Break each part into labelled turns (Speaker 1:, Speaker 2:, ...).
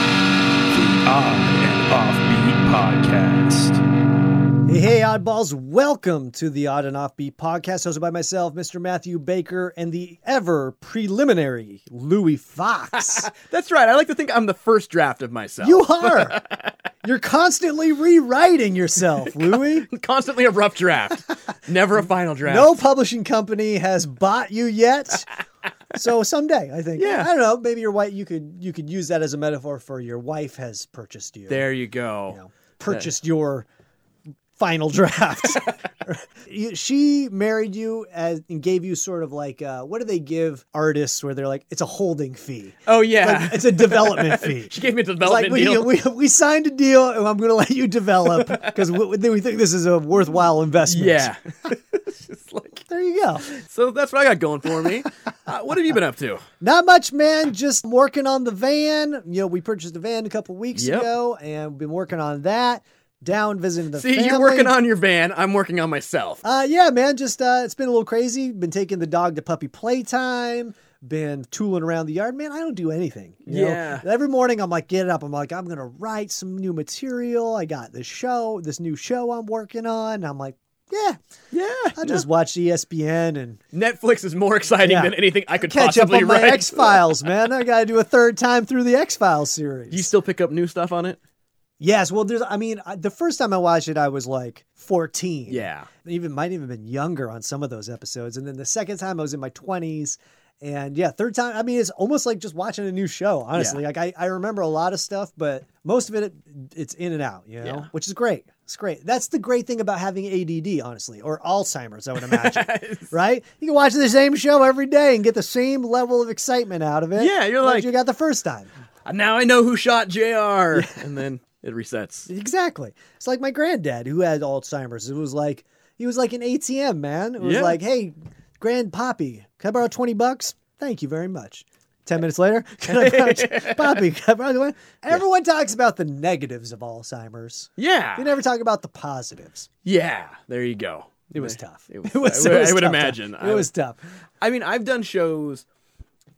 Speaker 1: On and Offbeat Podcast.
Speaker 2: Hey, hey, oddballs, welcome to the Odd and Offbeat podcast hosted by myself, Mr. Matthew Baker, and the ever preliminary Louis Fox.
Speaker 3: That's right. I like to think I'm the first draft of myself.
Speaker 2: you are. You're constantly rewriting yourself, Louis.
Speaker 3: constantly a rough draft, never a final draft.
Speaker 2: No publishing company has bought you yet. So someday, I think.
Speaker 3: Yeah.
Speaker 2: I don't know. Maybe your wife. You could you could use that as a metaphor for your wife has purchased you.
Speaker 3: There you go.
Speaker 2: purchased your final draft. You- she married you as, and gave you sort of like uh, what do they give artists where they're like it's a holding fee,
Speaker 3: Oh yeah.
Speaker 2: like, it's a development fee.
Speaker 3: she gave me a
Speaker 2: It's like
Speaker 3: development
Speaker 2: we,
Speaker 3: deal.
Speaker 2: we we signed a deal, and I'm going to let you develop because we, we think this is a worthwhile investment.
Speaker 3: yeah. It's just like-
Speaker 2: there you go.
Speaker 3: so that's what I got going for me. Uh, what have you been up to?
Speaker 2: Not much, man. Just working on the van. You know, we purchased a van a couple weeks
Speaker 3: Yep.
Speaker 2: ago, and been working on that. Down visiting the
Speaker 3: See,
Speaker 2: family.
Speaker 3: you're working on your van. I'm working on myself.
Speaker 2: Uh, yeah, man. Just uh, it's been a little crazy. Been taking the dog to puppy playtime. Been tooling around the yard. Man, I don't do anything. you know?
Speaker 3: Yeah.
Speaker 2: Every morning, I'm like, get up. I'm like, I'm gonna write some new material. I got this show, this new show I'm working on. And I'm like, yeah,
Speaker 3: yeah.
Speaker 2: I just watch E ESPN and
Speaker 3: Netflix is more exciting
Speaker 2: Yeah.
Speaker 3: than anything I could
Speaker 2: catch up
Speaker 3: possibly
Speaker 2: on my
Speaker 3: write.
Speaker 2: X Files, man. I gotta do a third time through the X Files series.
Speaker 3: Do you still pick up new stuff on it?
Speaker 2: yes. Well, there's. I mean, I, the first time I watched it, I was like 14.
Speaker 3: Yeah.
Speaker 2: even might even been younger on some of those episodes. And then the second time I was in my twenties. And yeah, third time, I mean, it's almost like just watching a new show, honestly.
Speaker 3: Yeah.
Speaker 2: Like I, I remember a lot of stuff, but most of it, it's in and out, you know,
Speaker 3: Yeah.
Speaker 2: which is great. It's great. That's the great thing about having ADD, honestly, or Alzheimer's, I would imagine, right? You can watch the same show every day and get the same level of excitement out of it.
Speaker 3: Yeah, you're
Speaker 2: that
Speaker 3: like-
Speaker 2: you got the first time.
Speaker 3: Uh, Now I know who shot Jr. And then it resets.
Speaker 2: Exactly. It's like my granddad who had Alzheimer's. It was like he was like an ATM man. It was
Speaker 3: Yeah.
Speaker 2: like, hey, grand poppy, can I borrow twenty bucks? Thank you very much. Ten minutes later, can I borrow poppy? Can I borrow the one? Everyone talks about the negatives of Alzheimer's.
Speaker 3: Yeah.
Speaker 2: They never talk about the positives.
Speaker 3: Yeah, there you go.
Speaker 2: It was tough.
Speaker 3: It was, I, would- I would
Speaker 2: tough,
Speaker 3: imagine.
Speaker 2: tough.
Speaker 3: I,
Speaker 2: It was tough. Oh,
Speaker 3: I mean, I've done shows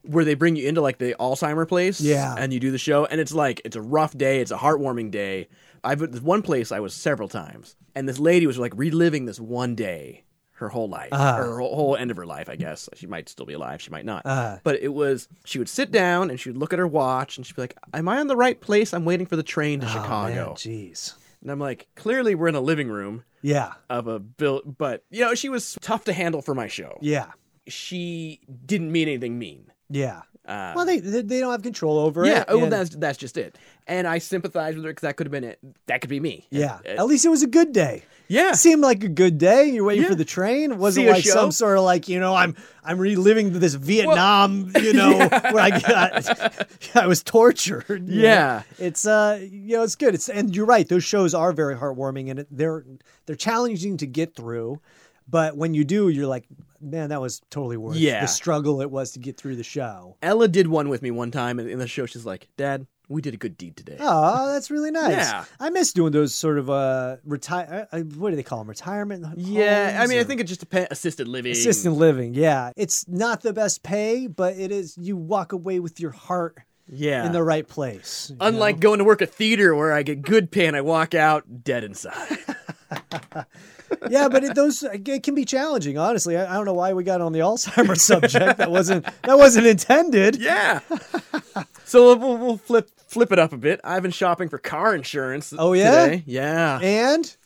Speaker 3: where they bring you into like the Alzheimer place.
Speaker 2: Yeah.
Speaker 3: And you do the show, and it's like it's a rough day. It's a heartwarming day. I've there's one place I was several times, and this lady was like reliving this one day her whole life, her whole, whole end of her life. I guess she might still be alive. She might not.
Speaker 2: Uh-huh.
Speaker 3: But it was she would sit down and she would look at her watch and she'd be like, "Am I on the right place? I'm waiting for the train to
Speaker 2: Oh,
Speaker 3: Chicago."
Speaker 2: man, jeez.
Speaker 3: and I'm like, clearly we're in a living room
Speaker 2: Yeah.
Speaker 3: of a build, but you know, she was tough to handle for my show.
Speaker 2: Yeah.
Speaker 3: She didn't mean anything mean.
Speaker 2: Yeah.
Speaker 3: Uh,
Speaker 2: well, they they they don't have control over it.
Speaker 3: yeah, oh,
Speaker 2: and-
Speaker 3: that's that's just it. And I sympathize with her because that could have been it. That could be me.
Speaker 2: yeah.
Speaker 3: Uh,
Speaker 2: At least it was a good day.
Speaker 3: yeah.
Speaker 2: seemed like a good day. You're waiting
Speaker 3: Yeah.
Speaker 2: for the train. Wasn't
Speaker 3: See a
Speaker 2: like
Speaker 3: show?
Speaker 2: some sort of like you know I'm I'm reliving this Vietnam you know where I got I was tortured. you know?
Speaker 3: Yeah.
Speaker 2: it's uh you know it's good. It's and you're right. Those shows are very heartwarming and it, they're they're challenging to get through. But when you do, you're like, man, that was totally worth
Speaker 3: Yeah.
Speaker 2: the struggle it was to get through the show.
Speaker 3: Ella did one with me one time in in the show. She's like, "Dad, we did a good deed today."
Speaker 2: Oh, that's really nice.
Speaker 3: Yeah.
Speaker 2: I miss doing those sort of uh retire. Uh, what do they call them? Retirement.
Speaker 3: yeah, I
Speaker 2: homes
Speaker 3: mean, I
Speaker 2: or-
Speaker 3: think it just depends. Assisted living.
Speaker 2: Assistant living, yeah. It's not the best pay, but it is you walk away with your heart
Speaker 3: Yeah.
Speaker 2: in the right place. you know?
Speaker 3: Unlike going to work a theater where I get good pay and I walk out dead inside.
Speaker 2: yeah, but it, those uh, it can be challenging. Honestly, I, I don't know why we got on the Alzheimer's subject. That wasn't that wasn't intended.
Speaker 3: Yeah. so we'll, we'll flip flip it up a bit. I've been shopping for car insurance.
Speaker 2: Oh, yeah?
Speaker 3: today. yeah.
Speaker 2: And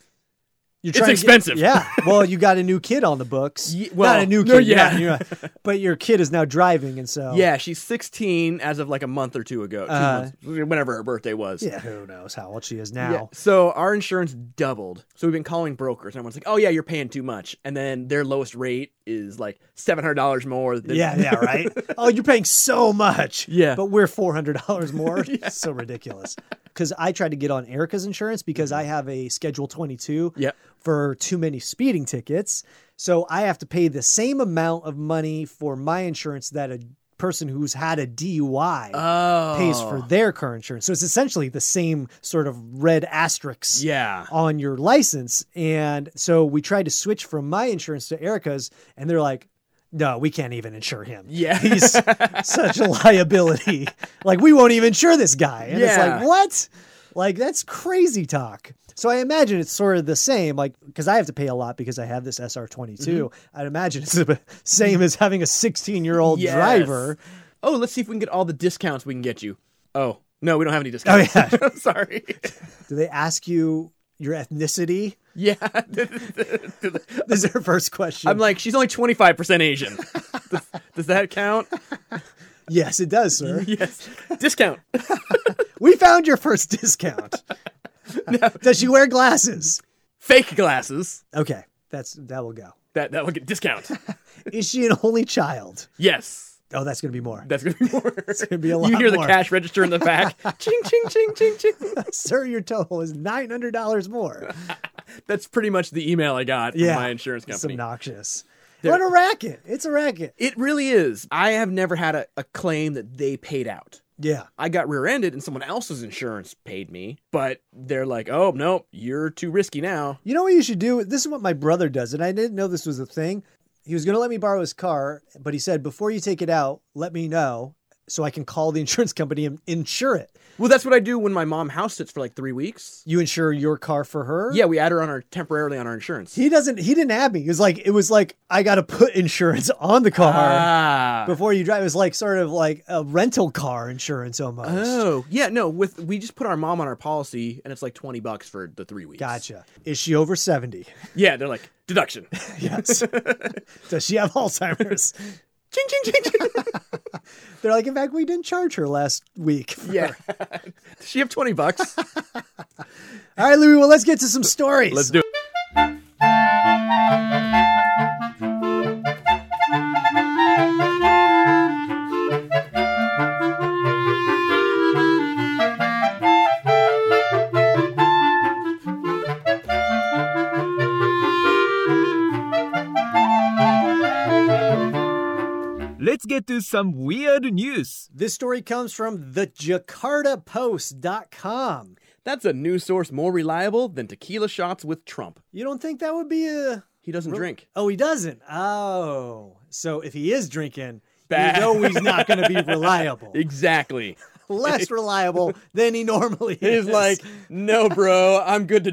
Speaker 2: you're
Speaker 3: It's
Speaker 2: trying to get-
Speaker 3: expensive.
Speaker 2: yeah. Well, you got a new kid on the books.
Speaker 3: Ye- well,
Speaker 2: not a new kid.
Speaker 3: no,
Speaker 2: you're
Speaker 3: yeah.
Speaker 2: not- you're not- but your kid is now driving, and so
Speaker 3: yeah, she's 16 as of like a month or two ago, two
Speaker 2: Oh. Uh,
Speaker 3: months, whenever her birthday was.
Speaker 2: yeah. Who knows how old she is
Speaker 3: Yeah.
Speaker 2: now?
Speaker 3: So our insurance doubled. So we've been calling brokers, and everyone's like, "Oh yeah, you're paying too much," and then their lowest rate is like seven hundred dollars more. Than-
Speaker 2: Yeah, yeah, right. oh, you're paying so much.
Speaker 3: Yeah.
Speaker 2: But we're four hundred dollars more. So ridiculous. Because I tried to get on Erica's insurance because I have a Schedule Twenty Two.
Speaker 3: Mm-hmm. Yep.
Speaker 2: For too many speeding tickets, so I have to pay the same amount of money for my insurance that a person who's had a DUI
Speaker 3: Oh,
Speaker 2: pays for their car insurance. So it's essentially the same sort of red asterisk
Speaker 3: yeah.
Speaker 2: on your license. And so we tried to switch from my insurance to Erica's, and they're like, no, we can't even insure him.
Speaker 3: Yeah.
Speaker 2: He's such a liability. Like, we won't even insure this guy. And it's
Speaker 3: Yeah.
Speaker 2: like, what? Like, that's crazy talk. So I imagine it's sort of the same, like, because I have to pay a lot because I have this SR22. I'd imagine it's the same as having a 16 year old
Speaker 3: Mm-hmm. Yes.
Speaker 2: driver.
Speaker 3: Oh, let's see if we can get all the discounts we can get you. Oh, no, we don't have any discounts.
Speaker 2: Oh, yeah.
Speaker 3: Sorry.
Speaker 2: Do they ask you your ethnicity?
Speaker 3: Yeah.
Speaker 2: This is their first question.
Speaker 3: I'm like, she's only 25% Asian. Does, does that count?
Speaker 2: yes, it does, sir.
Speaker 3: Yes. Discount.
Speaker 2: We found your first discount. Does she wear glasses?
Speaker 3: Fake glasses.
Speaker 2: Okay, that's that will go.
Speaker 3: That that will get discount.
Speaker 2: Is she an only child?
Speaker 3: Yes.
Speaker 2: Oh, that's gonna be more.
Speaker 3: That's gonna be more. It's
Speaker 2: gonna be a lot
Speaker 3: You hear
Speaker 2: more.
Speaker 3: the cash register in the back. ching ching ching ching ching.
Speaker 2: Sir, your total is nine hundred dollars more.
Speaker 3: That's pretty much the email I got from
Speaker 2: Yeah,
Speaker 3: my insurance
Speaker 2: It's
Speaker 3: company.
Speaker 2: obnoxious. What a racket! It's a racket.
Speaker 3: It really is. I have never had a, a claim that they paid out.
Speaker 2: Yeah,
Speaker 3: I got rear-ended and someone else's insurance paid me, but they're like, "Oh no, you're too risky now."
Speaker 2: you know what you should do. This is what my brother does, and I didn't know this was a thing. He was gonna let me borrow his car, but he said before you take it out, let me know so I can call the insurance company and insure it.
Speaker 3: Well, that's what I do when my mom house sits for like three weeks.
Speaker 2: You insure your car for her.
Speaker 3: Yeah, we add her on our temporarily on our insurance.
Speaker 2: He doesn't. He didn't have me. It was like it was like I got to put insurance on the car
Speaker 3: Ah.
Speaker 2: before you drive. It was like sort of like a rental car insurance almost.
Speaker 3: Oh yeah, no. With we just put our mom on our policy, and it's like twenty bucks for the three weeks.
Speaker 2: Gotcha. Is she over seventy?
Speaker 3: Yeah, they're like deduction.
Speaker 2: Yes. Does she have Alzheimer's?
Speaker 3: ching ching ching. ching.
Speaker 2: They're like, in fact, we didn't charge her last week.
Speaker 3: yeah. Does she have twenty bucks?
Speaker 2: All right, Louis. Well, let's get to some stories.
Speaker 3: Let's do it.
Speaker 4: Let's get to some weird news.
Speaker 2: This story comes from the JakartaPost.com.
Speaker 3: That's a news source more reliable than tequila shots with Trump.
Speaker 2: You don't think that would be a?
Speaker 3: He doesn't drink.
Speaker 2: Oh, he doesn't. Oh, so if he is drinking,
Speaker 3: Bad.
Speaker 2: you know he's not going to be reliable.
Speaker 3: Exactly.
Speaker 2: less reliable than he normally is.
Speaker 3: He's like, no, bro, I'm good to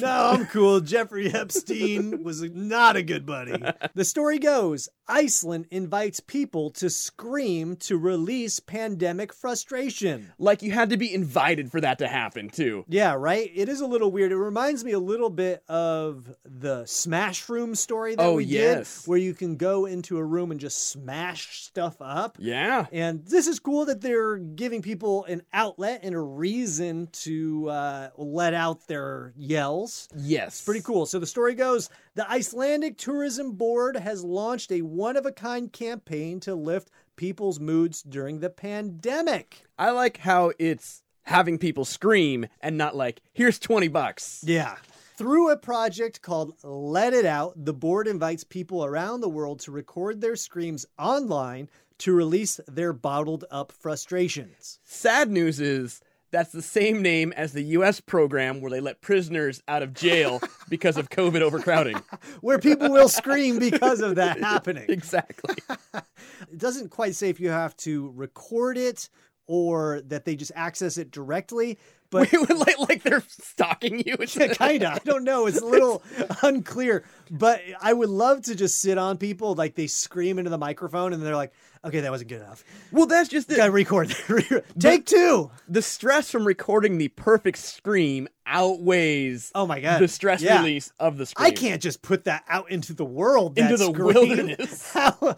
Speaker 2: no, I'm cool. Jeffrey Epstein was not a good buddy. The story goes Iceland invites people to scream to release pandemic frustration.
Speaker 3: Like you had to be invited for that to happen too.
Speaker 2: Yeah, right? It is a little weird. It reminds me a little bit of the smash room story that
Speaker 3: Oh,
Speaker 2: we
Speaker 3: yes.
Speaker 2: did, where you can go into a room and just smash stuff up.
Speaker 3: Yeah.
Speaker 2: And this is cool that they're giving people an outlet and a reason to uh, let out their yells.
Speaker 3: Yes.
Speaker 2: Pretty cool. So the story goes the Icelandic Tourism Board has launched a one of a kind campaign to lift people's moods during the pandemic.
Speaker 3: I like how it's having people scream and not like, here's 20 bucks.
Speaker 2: Yeah. Through a project called Let It Out, the board invites people around the world to record their screams online to release their bottled up frustrations.
Speaker 3: Sad news is that's the same name as the US program where they let prisoners out of jail because of COVID overcrowding.
Speaker 2: where people will scream because of that happening.
Speaker 3: Exactly.
Speaker 2: It doesn't quite say if you have to record it or that they just access it directly, but
Speaker 3: It would like, like they're stalking you.
Speaker 2: kinda. I don't know. It's a little unclear, but I would love to just sit on people like they scream into the microphone and they're like, "Okay, that wasn't good enough.
Speaker 3: Well, that's just it.
Speaker 2: Gotta record. Take two.
Speaker 3: The stress from recording the perfect scream outweighs
Speaker 2: Oh my god,
Speaker 3: the stress
Speaker 2: Yeah.
Speaker 3: release of the scream.
Speaker 2: I can't just put that out into the world. that
Speaker 3: Into the
Speaker 2: scream.
Speaker 3: wilderness.
Speaker 2: How,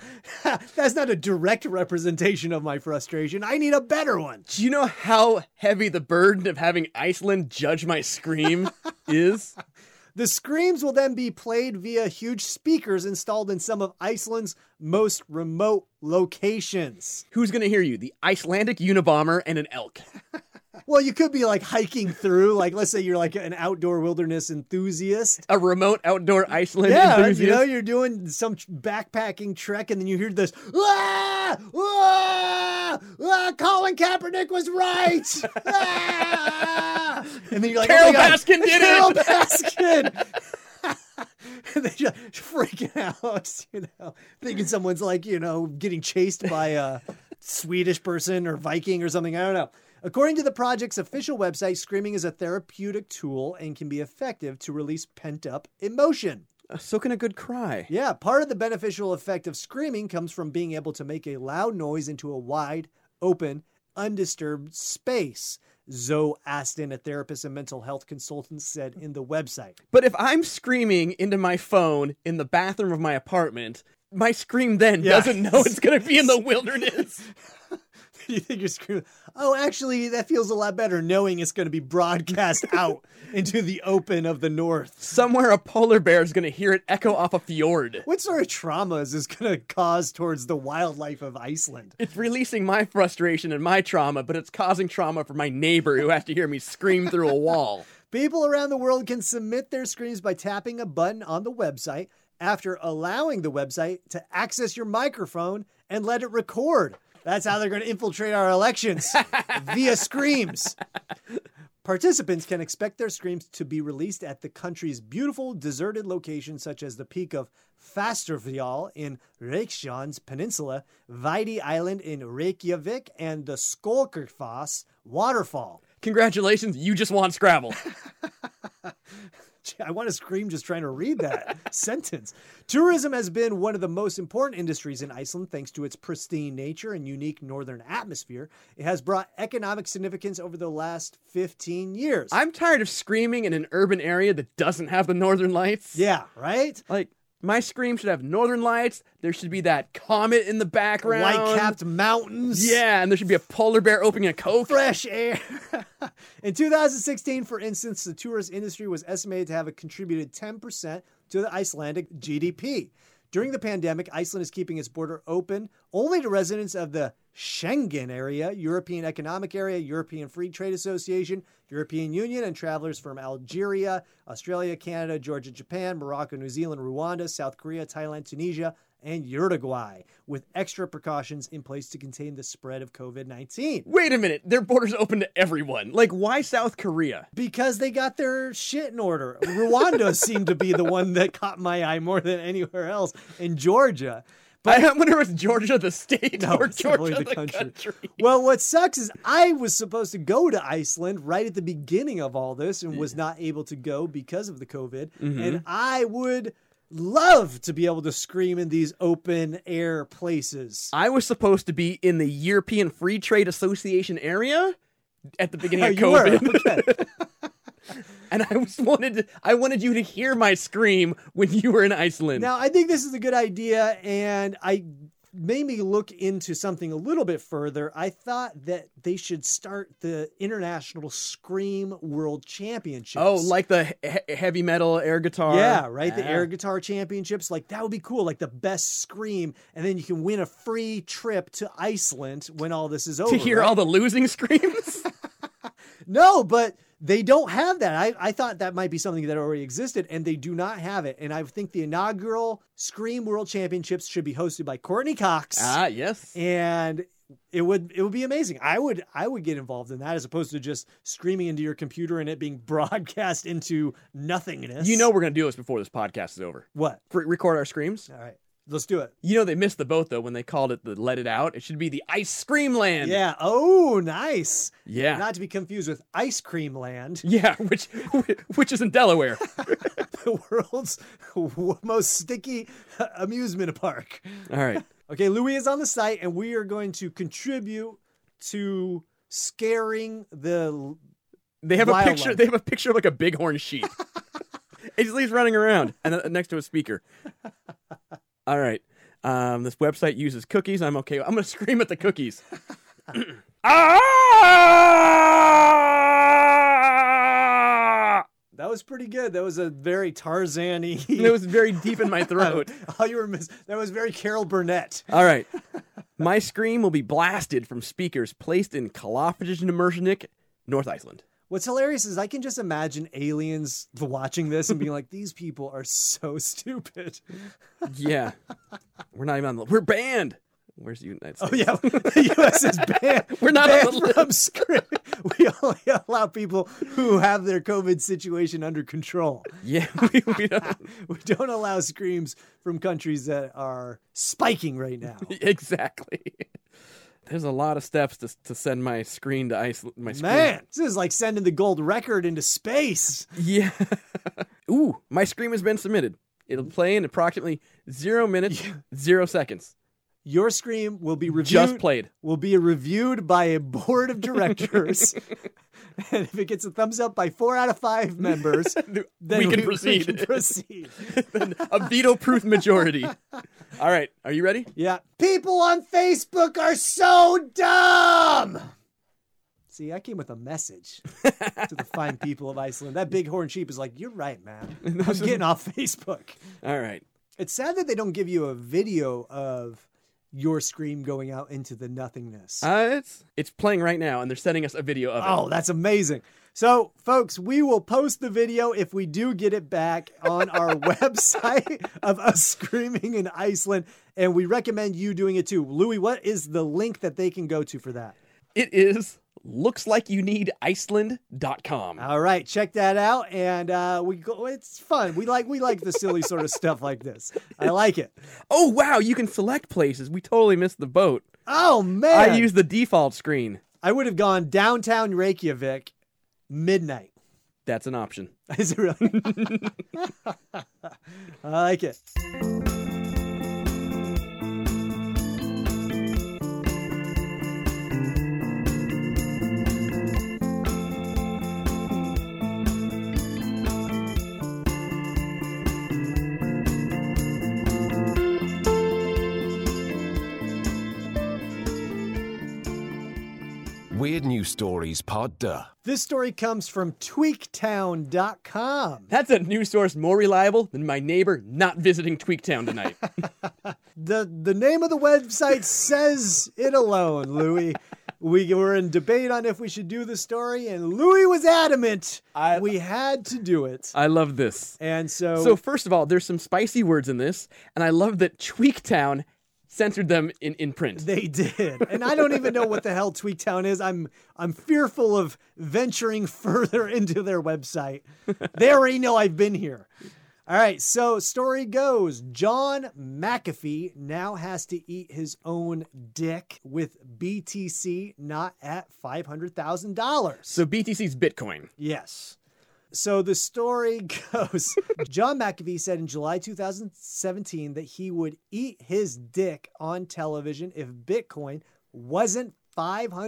Speaker 2: that's not a direct representation of my frustration. I need a better one.
Speaker 3: Do you know how heavy the burden of having Iceland judge my scream is?
Speaker 2: The screams will then be played via huge speakers installed in some of Iceland's most remote locations.
Speaker 3: Who's going to hear you? The Icelandic Unabomber and an elk.
Speaker 2: Well, you could be like hiking through, like let's say you're like an outdoor wilderness enthusiast.
Speaker 3: A remote outdoor Iceland
Speaker 2: Yeah,
Speaker 3: enthusiast.
Speaker 2: you know, you're doing some tr- backpacking trek, and then you hear this, ah, ah, ah, Colin Kaepernick was right, ah! and then you're like,
Speaker 3: Carol
Speaker 2: oh my God,
Speaker 3: Baskin did
Speaker 2: Carol
Speaker 3: it!
Speaker 2: Baskin. and they just freaking out, you know, thinking someone's like, you know, getting chased by a Swedish person or Viking or something. I don't know. According to the project's official website, screaming is a therapeutic tool and can be effective to release pent up emotion.
Speaker 3: so can a good cry.
Speaker 2: Yeah, part of the beneficial effect of screaming comes from being able to make a loud noise into a wide, open, undisturbed space. Zoe Aston, a therapist and mental health consultant, said in the website.
Speaker 3: But if I'm screaming into my phone in the bathroom of my apartment, my scream then
Speaker 2: Yeah.
Speaker 3: doesn't know it's going to be in the wilderness.
Speaker 2: you think you're screwed. Oh, actually, that feels a lot better knowing it's going to be broadcast out into the open of the north.
Speaker 3: Somewhere a polar bear is going to hear it echo off a fjord.
Speaker 2: What sort of trauma is this going to cause towards the wildlife of Iceland?
Speaker 3: It's releasing my frustration and my trauma, but it's causing trauma for my neighbor who has to hear me scream through a wall.
Speaker 2: People around the world can submit their screams by tapping a button on the website after allowing the website to access your microphone and let it record. That's how they're going to infiltrate our elections via screams. Participants can expect their screams to be released at the country's beautiful deserted locations, such as the peak of Fasterfjall in Reykjanes Peninsula, Vidi Island in Reykjavik, and the Skolkerfoss waterfall.
Speaker 3: Congratulations, you just won Scrabble.
Speaker 2: Gee, I want to scream just trying to read that sentence. Tourism has been one of the most important industries in Iceland thanks to its pristine nature and unique northern atmosphere. It has brought economic significance over the last 15 years.
Speaker 3: I'm tired of screaming in an urban area that doesn't have the northern lights.
Speaker 2: yeah, right?
Speaker 3: Like, my scream should have northern lights. There should be that comet in the background.
Speaker 2: White capped mountains.
Speaker 3: Yeah, and there should be a polar bear opening a Coke.
Speaker 2: fresh air. in 2016, for instance, the tourist industry was estimated to have contributed 10% to the Icelandic GDP. During the pandemic, Iceland is keeping its border open only to residents of the Schengen area, European Economic Area, European Free Trade Association, European Union, and travelers from Algeria, Australia, Canada, Georgia, Japan, Morocco, New Zealand, Rwanda, South Korea, Thailand, Tunisia, and Uruguay, with extra precautions in place to contain the spread of COVID 19.
Speaker 3: Wait a minute, their border's open to everyone. Like, why South Korea?
Speaker 2: Because they got their shit in order. Rwanda seemed to be the one that caught my eye more than anywhere else in Georgia.
Speaker 3: I wonder if it's Georgia the state
Speaker 2: No,
Speaker 3: or
Speaker 2: it's definitely
Speaker 3: Georgia the,
Speaker 2: the
Speaker 3: country.
Speaker 2: country. Well, what sucks is I was supposed to go to Iceland right at the beginning of all this and was not able to go because of the COVID.
Speaker 3: Mm-hmm.
Speaker 2: And I would love to be able to scream in these open air places.
Speaker 3: I was supposed to be in the European Free Trade Association area at the beginning
Speaker 2: Oh,
Speaker 3: of
Speaker 2: you were,
Speaker 3: COVID. and I was wanted to, I wanted you to hear my scream when you were in Iceland.
Speaker 2: Now, I think this is a good idea, and I made me look into something a little bit further. I thought that they should start the International Scream World Championships.
Speaker 3: oh, like the he- heavy metal air guitar.
Speaker 2: yeah, right. The
Speaker 3: Yeah.
Speaker 2: air guitar championships, like that would be cool. Like the best scream, and then you can win a free trip to Iceland when all this is over.
Speaker 3: to hear
Speaker 2: right?
Speaker 3: all the losing screams.
Speaker 2: No, but they don't have that. I, I thought that might be something that already existed, and they do not have it. And I think the inaugural Scream World Championships should be hosted by Courtney Cox.
Speaker 3: ah, yes.
Speaker 2: and it would it would be amazing. I would I would get involved in that as opposed to just screaming into your computer and it being broadcast into nothingness.
Speaker 3: You know we're gonna do this before this podcast is over.
Speaker 2: what?
Speaker 3: Re- record our screams.
Speaker 2: All right, let's do it.
Speaker 3: You know they missed the boat though when they called it the "Let It Out." It should be the Ice Scream Land.
Speaker 2: Yeah. Oh, nice.
Speaker 3: yeah,
Speaker 2: Not to be confused with Ice Cream Land,
Speaker 3: yeah. Which which is in Delaware.
Speaker 2: the world's most sticky amusement park.
Speaker 3: All right.
Speaker 2: Okay, Louis is on the site, and we are going to contribute to scaring the
Speaker 3: They have a
Speaker 2: Wildlife.
Speaker 3: picture. They have a picture of like a bighorn sheep. it just leaves running around and uh, next to a speaker. All right. Um, this website uses cookies. I'm okay. I'm gonna scream at the cookies. ah!
Speaker 2: That was pretty good. That was a very Tarzan-y.
Speaker 3: It was very deep in my throat.
Speaker 2: All you were miss- that was very Carol Burnett.
Speaker 3: All right. My scream will be blasted from speakers placed in Kalafdjnermersnik North Iceland.
Speaker 2: What's hilarious is I can just imagine aliens watching this and being like, "These people are so stupid."
Speaker 3: Yeah, we're not even on the. We're banned. Where's the United States?
Speaker 2: Oh yeah, the U.S. is banned.
Speaker 3: We're not on
Speaker 2: banned
Speaker 3: the
Speaker 2: from script. We only allow people who have their COVID situation under control.
Speaker 3: yeah. We, we don't-
Speaker 2: We don't allow screams from countries that are spiking right now.
Speaker 3: exactly. There's a lot of steps to to send my screen to Iceland. My screen.
Speaker 2: Man, this is like sending the gold record into space.
Speaker 3: Yeah. Ooh, my scream has been submitted. It'll play in approximately zero minutes, zero seconds.
Speaker 2: Your scream will be reviewed.
Speaker 3: Just played.
Speaker 2: will be reviewed by a board of directors. and if it gets a thumbs up by four out of five members, then
Speaker 3: we can proceed.
Speaker 2: can proceed.
Speaker 3: a veto-proof majority. All right, are you ready?
Speaker 2: Yeah. People on Facebook are so dumb. See, I came with a message to the fine people of Iceland. That bighorn sheep is like, you're right, man. I'm getting off Facebook.
Speaker 3: All right.
Speaker 2: It's sad that they don't give you a video of your scream going out into the nothingness.
Speaker 3: Uh, it's it's playing right now, and they're sending us a video of it.
Speaker 2: Oh, that's amazing. So, folks, we will post the video if we do get it back on our website of us screaming in Iceland. And we recommend you doing it too. Louis, what is the link that they can go to for that?
Speaker 3: It is looks like you need Iceland.com.
Speaker 2: All right, check that out. And uh, we go, it's fun. We like we like the silly sort of stuff like this. I like it.
Speaker 3: Oh wow, you can select places. We totally missed the boat.
Speaker 2: Oh man.
Speaker 3: I used the default screen.
Speaker 2: I would have gone downtown Reykjavik midnight.
Speaker 3: That's an option.
Speaker 2: Is it really? I like it.
Speaker 5: Weird News Stories Pod Duh.
Speaker 2: This story comes from tweaktown.com.
Speaker 3: That's a news source more reliable than my neighbor not visiting Tweaktown tonight.
Speaker 2: The the name of the website says it alone, Louis. We were in debate on if we should do the story, and Louis was adamant
Speaker 3: I-
Speaker 2: we had to do it.
Speaker 3: I love this.
Speaker 2: And so,
Speaker 3: So first of all, there's some spicy words in this, and I love that Tweaktown censored them in, in print.
Speaker 2: they did. And I don't even know what the hell Tweaktown is. I'm I'm fearful of venturing further into their website. They already know I've been here. All right, so story goes John McAfee now has to eat his own dick with BTC not at $500,000.
Speaker 3: So BTC's Bitcoin.
Speaker 2: Yes. So the story goes John McAfee said in July 2017 that he would eat his dick on television if Bitcoin wasn't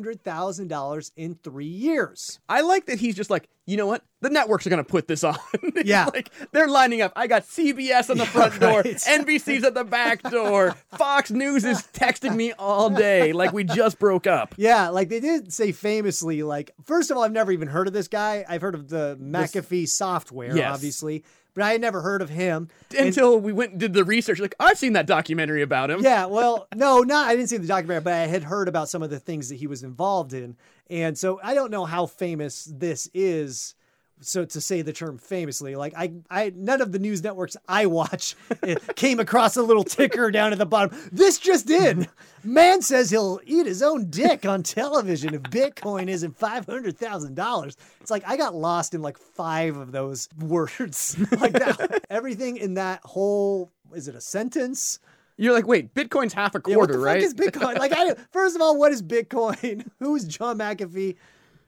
Speaker 2: $500,000 in three years.
Speaker 3: I like that he's just like, you know what? The networks are going to put this on. He's
Speaker 2: Yeah.
Speaker 3: like, they're lining up. I got CBS on the front door,
Speaker 2: right.
Speaker 3: NBC's at the back door, Fox News is texting me all day like we just broke up.
Speaker 2: Yeah, like they did say famously, like, first of all, I've never even heard of this guy. I've heard of the McAfee software,
Speaker 3: Yes.
Speaker 2: obviously, but I had never heard of him.
Speaker 3: Until we went and did the research. Like, I've seen that documentary about him.
Speaker 2: yeah, well, no, not I didn't see the documentary, but I had heard about some of the things that he was involved in, and so I don't know how famous this is. So to say the term famously, like I, I none of the news networks I watch eh, came across a little ticker down at the bottom. This just in: man says he'll eat his own dick on television if Bitcoin isn't five hundred thousand dollars. It's like I got lost in like five of those words, like that. Everything in that whole is it a sentence?
Speaker 3: You're like, wait, Bitcoin's half a
Speaker 2: Yeah,
Speaker 3: quarter,
Speaker 2: what the
Speaker 3: right?
Speaker 2: Fuck is Bitcoin? Like, I, first of all, what is Bitcoin? Who's John McAfee?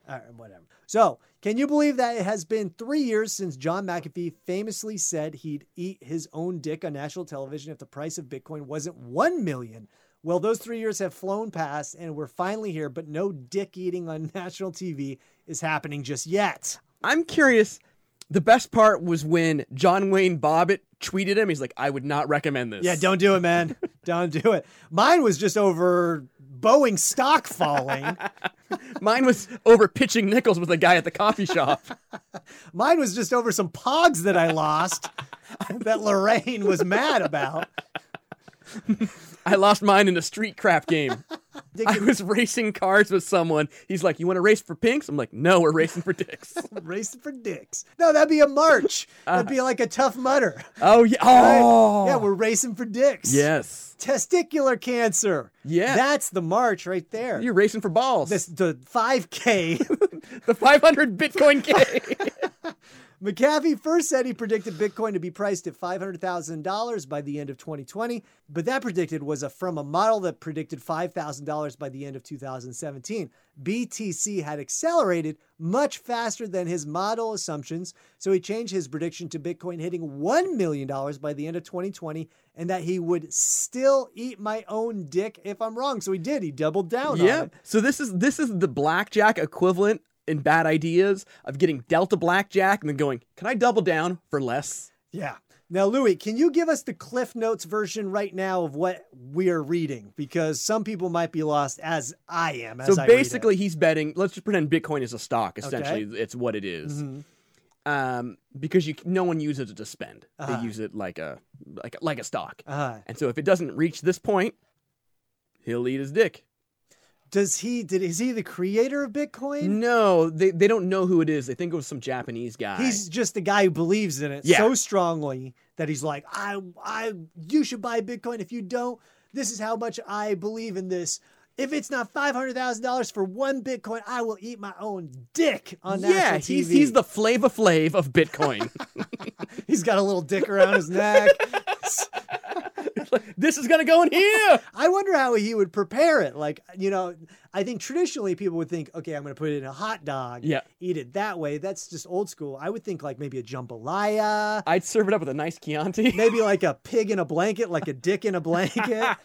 Speaker 2: All right, whatever. So, can you believe that it has been three years since John McAfee famously said he'd eat his own dick on national television if the price of Bitcoin wasn't one million? Well, those three years have flown past, and we're finally here. But no dick eating on national TV is happening just yet.
Speaker 3: I'm curious. The best part was when John Wayne Bobbitt tweeted him. He's like, I would not recommend this.
Speaker 2: Yeah, don't do it, man. don't do it. Mine was just over Boeing stock falling.
Speaker 3: Mine was over pitching nickels with a guy at the coffee shop.
Speaker 2: Mine was just over some pogs that I lost that Lorraine was mad about.
Speaker 3: I lost mine in a street crap game. I was racing cars with someone. He's like, "You want to race for pinks?" I'm like, "No, we're racing for dicks."
Speaker 2: Racing for dicks. No, that'd be a march. That'd be like a tough mutter.
Speaker 3: Uh-huh. oh yeah.
Speaker 2: Right?
Speaker 3: Oh.
Speaker 2: Yeah, we're racing for dicks.
Speaker 3: yes.
Speaker 2: Testicular cancer.
Speaker 3: Yeah.
Speaker 2: That's the march right there.
Speaker 3: You're racing for balls.
Speaker 2: this the 5K.
Speaker 3: the 500 Bitcoin K.
Speaker 2: McAfee first said he predicted Bitcoin to be priced at $500,000 by the end of 2020, but that predicted was a, from a model that predicted $5,000 by the end of 2017. BTC had accelerated much faster than his model assumptions, so he changed his prediction to Bitcoin hitting $1 million by the end of 2020 and that he would still eat my own dick if I'm wrong. So he did. He doubled down on
Speaker 3: yeah.
Speaker 2: it.
Speaker 3: So this is this is the blackjack equivalent in bad ideas of getting Delta blackjack and then going, "Can I double down for less?"
Speaker 2: Yeah. Now, Louis, can you give us the Cliff Notes version right now of what we are reading? Because some people might be lost, as I am. As
Speaker 3: so
Speaker 2: I read it.
Speaker 3: basically, he's betting. Let's just pretend Bitcoin is a stock. Essentially, it's what it is.
Speaker 2: Mm-hmm.
Speaker 3: Um, because you no one uses it to spend. They use it like a like like a stock.
Speaker 2: Uh-huh.
Speaker 3: And so if it doesn't reach this point, he'll eat his dick.
Speaker 2: does he did is he the creator of Bitcoin?
Speaker 3: No, they they don't know who it is. They think it was some Japanese guy.
Speaker 2: He's just the guy who believes in it
Speaker 3: Yeah.
Speaker 2: so strongly that he's like, I, I, you should buy Bitcoin. If you don't, this is how much I believe in this. If it's not five hundred thousand dollars for one Bitcoin, I will eat my own dick on national
Speaker 3: yeah, he's
Speaker 2: TV.
Speaker 3: he's the Flava Flav of Bitcoin.
Speaker 2: he's got a little dick around his neck.
Speaker 3: this is gonna go in here.
Speaker 2: I wonder how he would prepare it. Like, you know, I think traditionally people would think, okay, I'm going to put it in a hot dog,
Speaker 3: Yeah.
Speaker 2: eat it that way. That's just old school. I would think like maybe a jambalaya,
Speaker 3: I'd serve it up with a nice Chianti.
Speaker 2: maybe like a pig in a blanket, like a dick in a blanket.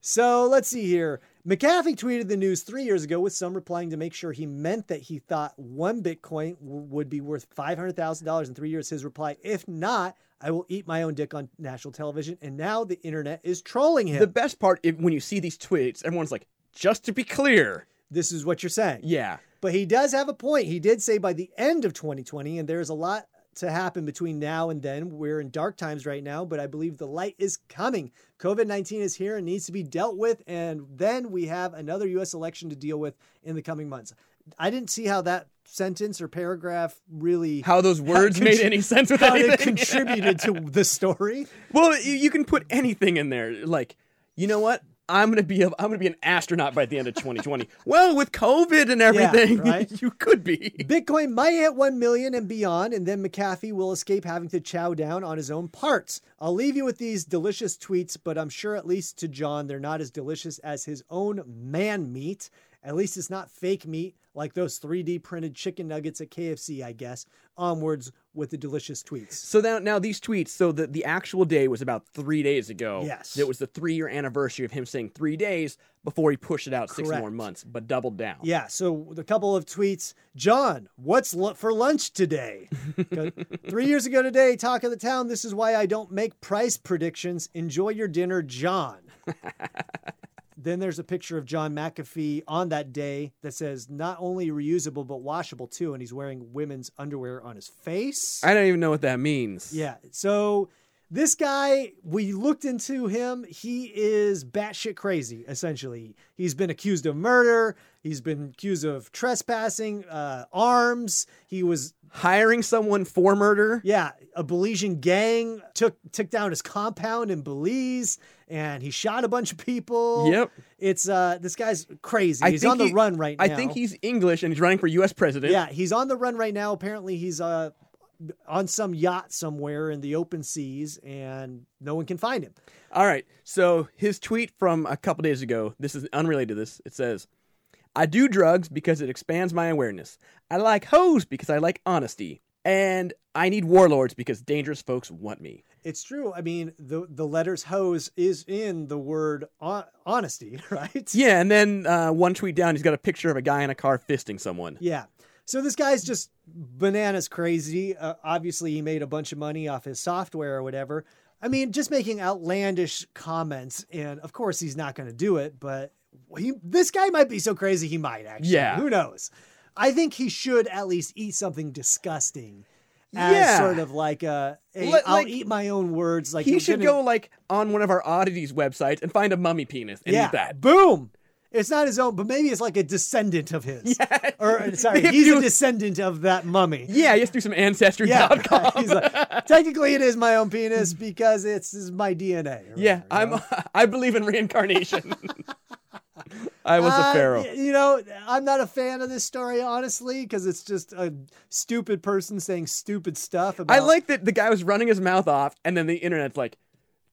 Speaker 2: so let's see here. McAfee tweeted the news three years ago with some replying to make sure he meant that he thought one Bitcoin w- would be worth $500,000 in three years. His reply, if not, I will eat my own dick on national television. And now the internet is trolling him.
Speaker 3: The best part if, when you see these tweets, everyone's like, just to be clear,
Speaker 2: this is what you're saying.
Speaker 3: yeah,
Speaker 2: But he does have a point. He did say by the end of 2020, and there's a lot to happen between now and then. We're in dark times right now, but I believe the light is coming. COVID 19 is here and needs to be dealt with. And then we have another U.S. election to deal with in the coming months. I didn't see how that sentence or paragraph really.
Speaker 3: how those words
Speaker 2: contri-
Speaker 3: made any sense with
Speaker 2: how
Speaker 3: anything.
Speaker 2: it contributed to the story.
Speaker 3: well, you, you can put anything in there. Like, you know what? I'm gonna be a, I'm gonna be an astronaut by the end of 2020. well, with COVID and everything,
Speaker 2: right?
Speaker 3: you could be.
Speaker 2: Bitcoin might hit 1 million and beyond, and then McAfee will escape having to chow down on his own parts. I'll leave you with these delicious tweets, but I'm sure, at least to John, they're not as delicious as his own man meat. At least it's not fake meat like those 3D printed chicken nuggets at KFC, I guess. Onwards with the delicious tweets.
Speaker 3: So now, now these tweets. So the, the actual day was about three days ago.
Speaker 2: Yes.
Speaker 3: it was the three year anniversary of him saying three days before he pushed it out six
Speaker 2: Correct.
Speaker 3: more months, but doubled down.
Speaker 2: Yeah, so a couple of tweets. John, what's lu- for lunch today? 'Cause Three years ago today, talk of the town. This is why I don't make price predictions. Enjoy your dinner, John. then there's a picture of John McAfee on that day that says not only reusable but washable too, and he's wearing women's underwear on his face.
Speaker 3: I don't even know what that means.
Speaker 2: Yeah. So this guy, we looked into him. He is batshit crazy, essentially. He's been accused of murder. He's been accused of trespassing, uh, arms. He was,
Speaker 3: hiring someone for murder.
Speaker 2: yeah, a Belizean gang took took down his compound in Belize, and he shot a bunch of people.
Speaker 3: Yep.
Speaker 2: It's uh, this guy's crazy. he's on the
Speaker 3: he-
Speaker 2: run right now.
Speaker 3: I think he's English and he's running for U.S. president.
Speaker 2: Yeah, he's on the run right now. Apparently, he's uh, on some yacht somewhere in the open seas, and no one can find him.
Speaker 3: All right. So his tweet from a couple days ago. This is unrelated to this. It says, "I do drugs because it expands my awareness. I like hoes because I like honesty, and I need warlords because dangerous folks want me."
Speaker 2: It's true. I mean, the the letters "hose" is in the word hon- honesty, right?
Speaker 3: Yeah. And then uh, one tweet down, he's got a picture of a guy in a car fisting someone.
Speaker 2: Yeah. So this guy's just bananas crazy. Uh, obviously, he made a bunch of money off his software or whatever. I mean, just making outlandish comments, and of course, he's not going to do it. But he, this guy might be so crazy, he might actually.
Speaker 3: Yeah.
Speaker 2: Who knows? I think he should at least eat something disgusting. as
Speaker 3: Yeah.
Speaker 2: sort of like a, a
Speaker 3: Let-
Speaker 2: I'll
Speaker 3: like,
Speaker 2: eat my own words. Like
Speaker 3: he
Speaker 2: you're
Speaker 3: should
Speaker 2: gonna-
Speaker 3: go like on one of our oddities websites and find a mummy penis and
Speaker 2: yeah,
Speaker 3: eat that.
Speaker 2: boom. It's not his own, but maybe it's like a descendant of his. Yeah. Or uh, sorry,
Speaker 3: If
Speaker 2: he's
Speaker 3: you-
Speaker 2: a descendant of that mummy.
Speaker 3: Yeah, you have to do some ancestry.com.
Speaker 2: Yeah, he's like, technically it is my own penis because it's, it's my DNA. or
Speaker 3: Yeah,
Speaker 2: whatever, you know?
Speaker 3: I'm. I believe in reincarnation. I was
Speaker 2: Uh,
Speaker 3: a pharaoh.
Speaker 2: y- You know, I'm not a fan of this story, honestly, because it's just a stupid person saying stupid stuff. About,
Speaker 3: I like that the guy was running his mouth off, and then the internet's like,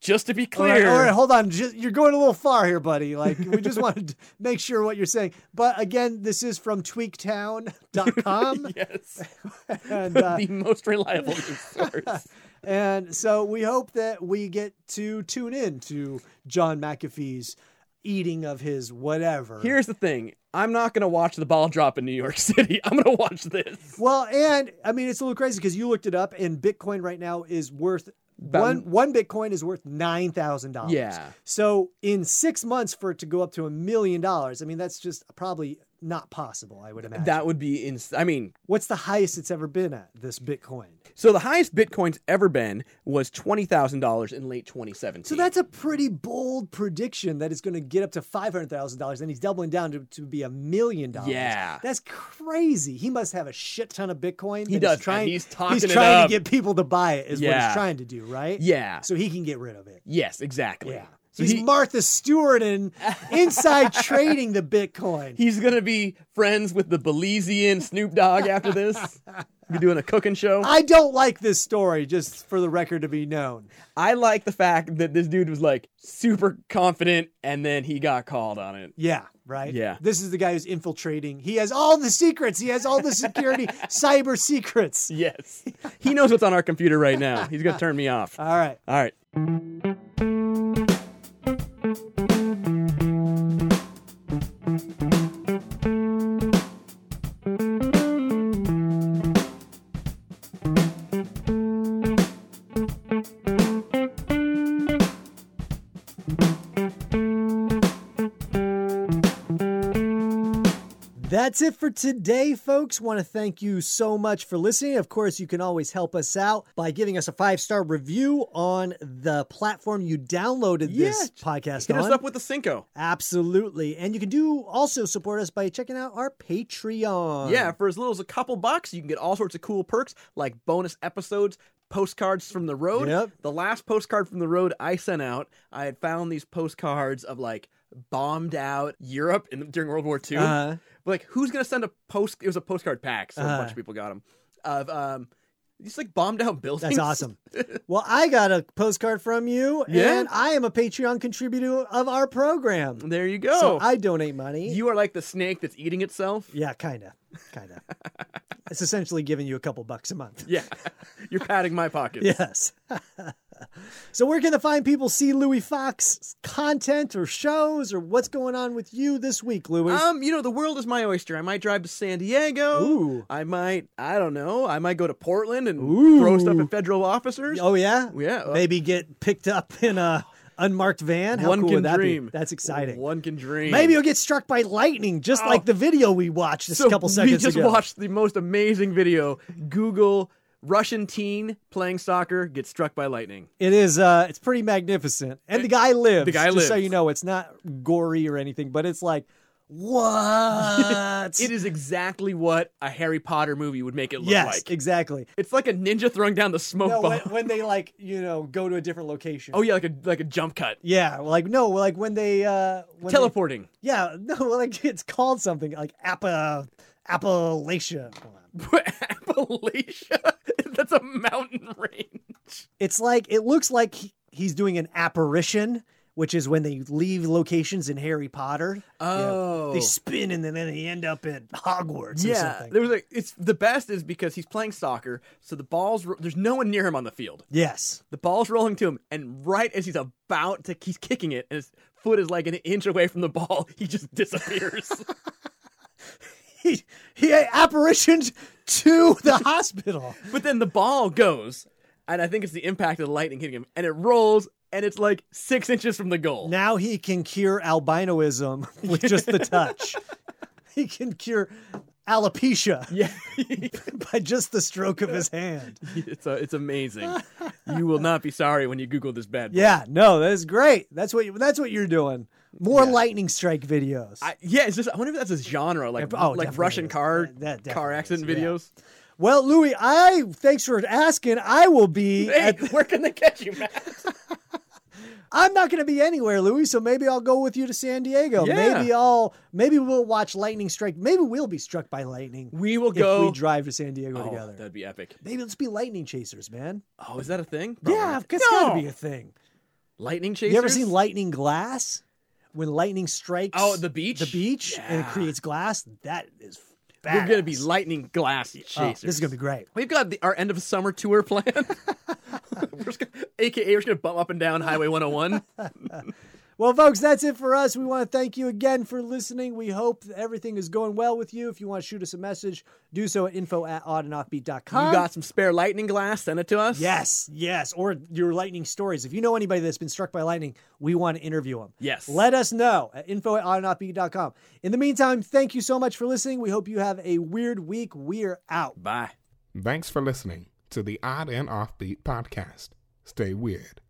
Speaker 3: just to be
Speaker 2: All right,
Speaker 3: clear,
Speaker 2: all right, hold on. Just, you're going a little far here, buddy. Like, we just wanted to make sure what you're saying. But again, this is from tweaktown.com.
Speaker 3: yes,
Speaker 2: and, uh,
Speaker 3: the most reliable news source.
Speaker 2: and so we hope that we get to tune in to John McAfee's eating of his whatever.
Speaker 3: Here's the thing: I'm not gonna watch the ball drop in New York City. I'm gonna watch this.
Speaker 2: Well, and I mean, it's a little crazy because you looked it up, and Bitcoin right now is worth
Speaker 3: About-
Speaker 2: one one Bitcoin is worth nine thousand dollars.
Speaker 3: Yeah.
Speaker 2: So in six months for it to go up to a million dollars, I mean, that's just probably not possible. I would imagine.
Speaker 3: That would be ins- I mean,
Speaker 2: What's the highest it's ever been at this Bitcoin?
Speaker 3: so the highest Bitcoin's ever been was twenty thousand dollars in late 2017.
Speaker 2: So that's a pretty bold prediction that it's going to get up to five hundred thousand dollars, and he's doubling down to, to be a million dollars.
Speaker 3: Yeah.
Speaker 2: that's crazy. He must have a shit ton of Bitcoin.
Speaker 3: He
Speaker 2: that
Speaker 3: does,
Speaker 2: He's
Speaker 3: man.
Speaker 2: trying,
Speaker 3: He's talking it
Speaker 2: trying to
Speaker 3: up.
Speaker 2: get people to buy it. Is what he's
Speaker 3: Yeah.
Speaker 2: trying to do, right?
Speaker 3: yeah.
Speaker 2: so he can get rid of it.
Speaker 3: yes, exactly.
Speaker 2: Yeah.
Speaker 3: So
Speaker 2: he's
Speaker 3: he-
Speaker 2: Martha Stewart and inside trading the Bitcoin.
Speaker 3: He's gonna be friends with the Belizean Snoop Dogg after this. Be doing a cooking show.
Speaker 2: I don't like this story, just for the record to be known.
Speaker 3: I like the fact that this dude was like super confident, and then he got called on it.
Speaker 2: Yeah, right?
Speaker 3: Yeah.
Speaker 2: This is the guy who's infiltrating. He has all the secrets. He has all the security, cyber secrets.
Speaker 3: Yes, he knows what's on our computer right now. He's gonna turn me off. All
Speaker 2: All right.
Speaker 3: right.
Speaker 2: That's it for today, folks. Want to thank you so much for listening. Of course, you can always help us out by giving us a five star review on the platform you downloaded this
Speaker 3: Yeah.
Speaker 2: podcast
Speaker 3: Hit
Speaker 2: on.
Speaker 3: us up with the Cinco.
Speaker 2: Absolutely. And you can do also support us by checking out our Patreon.
Speaker 3: Yeah, for as little as a couple bucks, you can get all sorts of cool perks like bonus episodes, postcards from the road.
Speaker 2: Yep.
Speaker 3: The last postcard from the road I sent out, I had found these postcards of like bombed out Europe in, during World War II.
Speaker 2: Uh-huh.
Speaker 3: But, like, who's gonna send a post? It was a postcard pack, so a
Speaker 2: Uh-huh.
Speaker 3: bunch of people got them. Of um, just like bombed out buildings.
Speaker 2: That's awesome. well, I got a postcard from you,
Speaker 3: Yeah?
Speaker 2: and I am a Patreon contributor of our program.
Speaker 3: There you go.
Speaker 2: So I donate money.
Speaker 3: you are like the snake that's eating itself.
Speaker 2: yeah, kind of. Kind of. it's essentially giving you a couple bucks a month.
Speaker 3: Yeah, you're patting my pocket.
Speaker 2: Yes. so, where can the fine people see Louis Fox content or shows or what's going on with you this week, Louis?
Speaker 3: Um, you know, the world is my oyster. I might drive to San Diego.
Speaker 2: Ooh.
Speaker 3: I might, I don't know. I might go to Portland and
Speaker 2: Ooh.
Speaker 3: throw stuff at federal officers.
Speaker 2: oh, yeah?
Speaker 3: Yeah, uh,
Speaker 2: Maybe get picked up in a unmarked van. How
Speaker 3: One
Speaker 2: cool
Speaker 3: can
Speaker 2: would that
Speaker 3: dream.
Speaker 2: be? That's exciting.
Speaker 3: One can dream.
Speaker 2: Maybe you'll get struck by lightning, just like the video we watched just
Speaker 3: so
Speaker 2: a couple seconds
Speaker 3: We just
Speaker 2: ago.
Speaker 3: watched the most amazing video. Google Russian teen playing soccer gets struck by lightning.
Speaker 2: It is. Uh, it's pretty magnificent, and the guy lives.
Speaker 3: the guy
Speaker 2: just So
Speaker 3: lives.
Speaker 2: you know, it's not gory or anything, but it's like what?
Speaker 3: It is exactly what a Harry Potter movie would make it look
Speaker 2: yes,
Speaker 3: like.
Speaker 2: exactly.
Speaker 3: It's like a ninja throwing down the smoke
Speaker 2: No,
Speaker 3: bomb.
Speaker 2: when, when they like you know go to a different location.
Speaker 3: oh yeah, like a like a jump cut.
Speaker 2: yeah, like no, like when they uh when they-
Speaker 3: Teleporting.
Speaker 2: yeah, no, like it's called something like Appa Appalachia. Hold on.
Speaker 3: Appalachia. That's a mountain range.
Speaker 2: it's like it looks like he- he's doing an apparition which is when they leave locations in harry potter You know,
Speaker 3: Oh.
Speaker 2: they spin and then they end up at hogwarts or
Speaker 3: Yeah,
Speaker 2: something
Speaker 3: there was like it's the best is because he's playing soccer, so the balls ro- there's no one near him on the field.
Speaker 2: yes
Speaker 3: The ball's rolling to him, and right as he's about to, he's kicking it, and his foot is like an inch away from the ball. He just disappears.
Speaker 2: he, he apparitioned to the hospital
Speaker 3: but then the ball goes, and I think it's the impact of the lightning hitting him, and it rolls, and it's like six inches from the goal.
Speaker 2: now he can cure albinoism with just the touch he can cure alopecia
Speaker 3: Yeah,
Speaker 2: by just the stroke of his hand.
Speaker 3: it's a, it's amazing. you will not be sorry when you Google this bad. boy.
Speaker 2: Yeah, no, that is great. That's what you, that's what you're doing. More lightning strike videos.
Speaker 3: I, yeah, it's just I wonder if that's a genre, like
Speaker 2: Yeah, oh,
Speaker 3: like
Speaker 2: definitely
Speaker 3: Russian
Speaker 2: is.
Speaker 3: car
Speaker 2: That- that
Speaker 3: car
Speaker 2: definitely
Speaker 3: accident
Speaker 2: is, yeah.
Speaker 3: videos.
Speaker 2: well, Louis, I thanks for asking. I will be.
Speaker 3: Hey,
Speaker 2: At,
Speaker 3: where can they catch you, Matt?
Speaker 2: I'm not going to be anywhere, Louis. So maybe I'll go with you to San Diego.
Speaker 3: Yeah.
Speaker 2: Maybe I'll. Maybe we'll watch lightning strike. Maybe we'll be struck by lightning.
Speaker 3: We will
Speaker 2: if
Speaker 3: go
Speaker 2: we drive to San Diego
Speaker 3: Oh,
Speaker 2: together.
Speaker 3: That'd be epic.
Speaker 2: Maybe let's be lightning chasers, man.
Speaker 3: Oh, is that a thing?
Speaker 2: yeah,
Speaker 3: Probably.
Speaker 2: it's got
Speaker 3: No!
Speaker 2: to be a thing.
Speaker 3: lightning chasers.
Speaker 2: You ever seen lightning glass? When lightning strikes
Speaker 3: Oh, the beach?
Speaker 2: the beach, and it creates glass. That is bad.
Speaker 3: We're gonna be lightning glass chasers.
Speaker 2: Oh, this is gonna be great.
Speaker 3: We've got the, our end of summer tour plan. we're just gonna, AKA, we're just gonna bump up and down Highway 101.
Speaker 2: Well, folks, that's it for us. We want to thank you again for listening. We hope that everything is going well with you. If you want to shoot us a message, do so at info at oddandoffbeat.com.
Speaker 3: you got some spare lightning glass? Send it to us.
Speaker 2: Uh, Yes, yes. Or your lightning stories. If you know anybody that's been struck by lightning, we want to interview them.
Speaker 3: Yes.
Speaker 2: Let us know at info at oddandoffbeat.com. In the meantime, thank you so much for listening. We hope you have a weird week. We're out.
Speaker 3: Bye.
Speaker 6: Thanks for listening to the Odd and Offbeat podcast. Stay weird.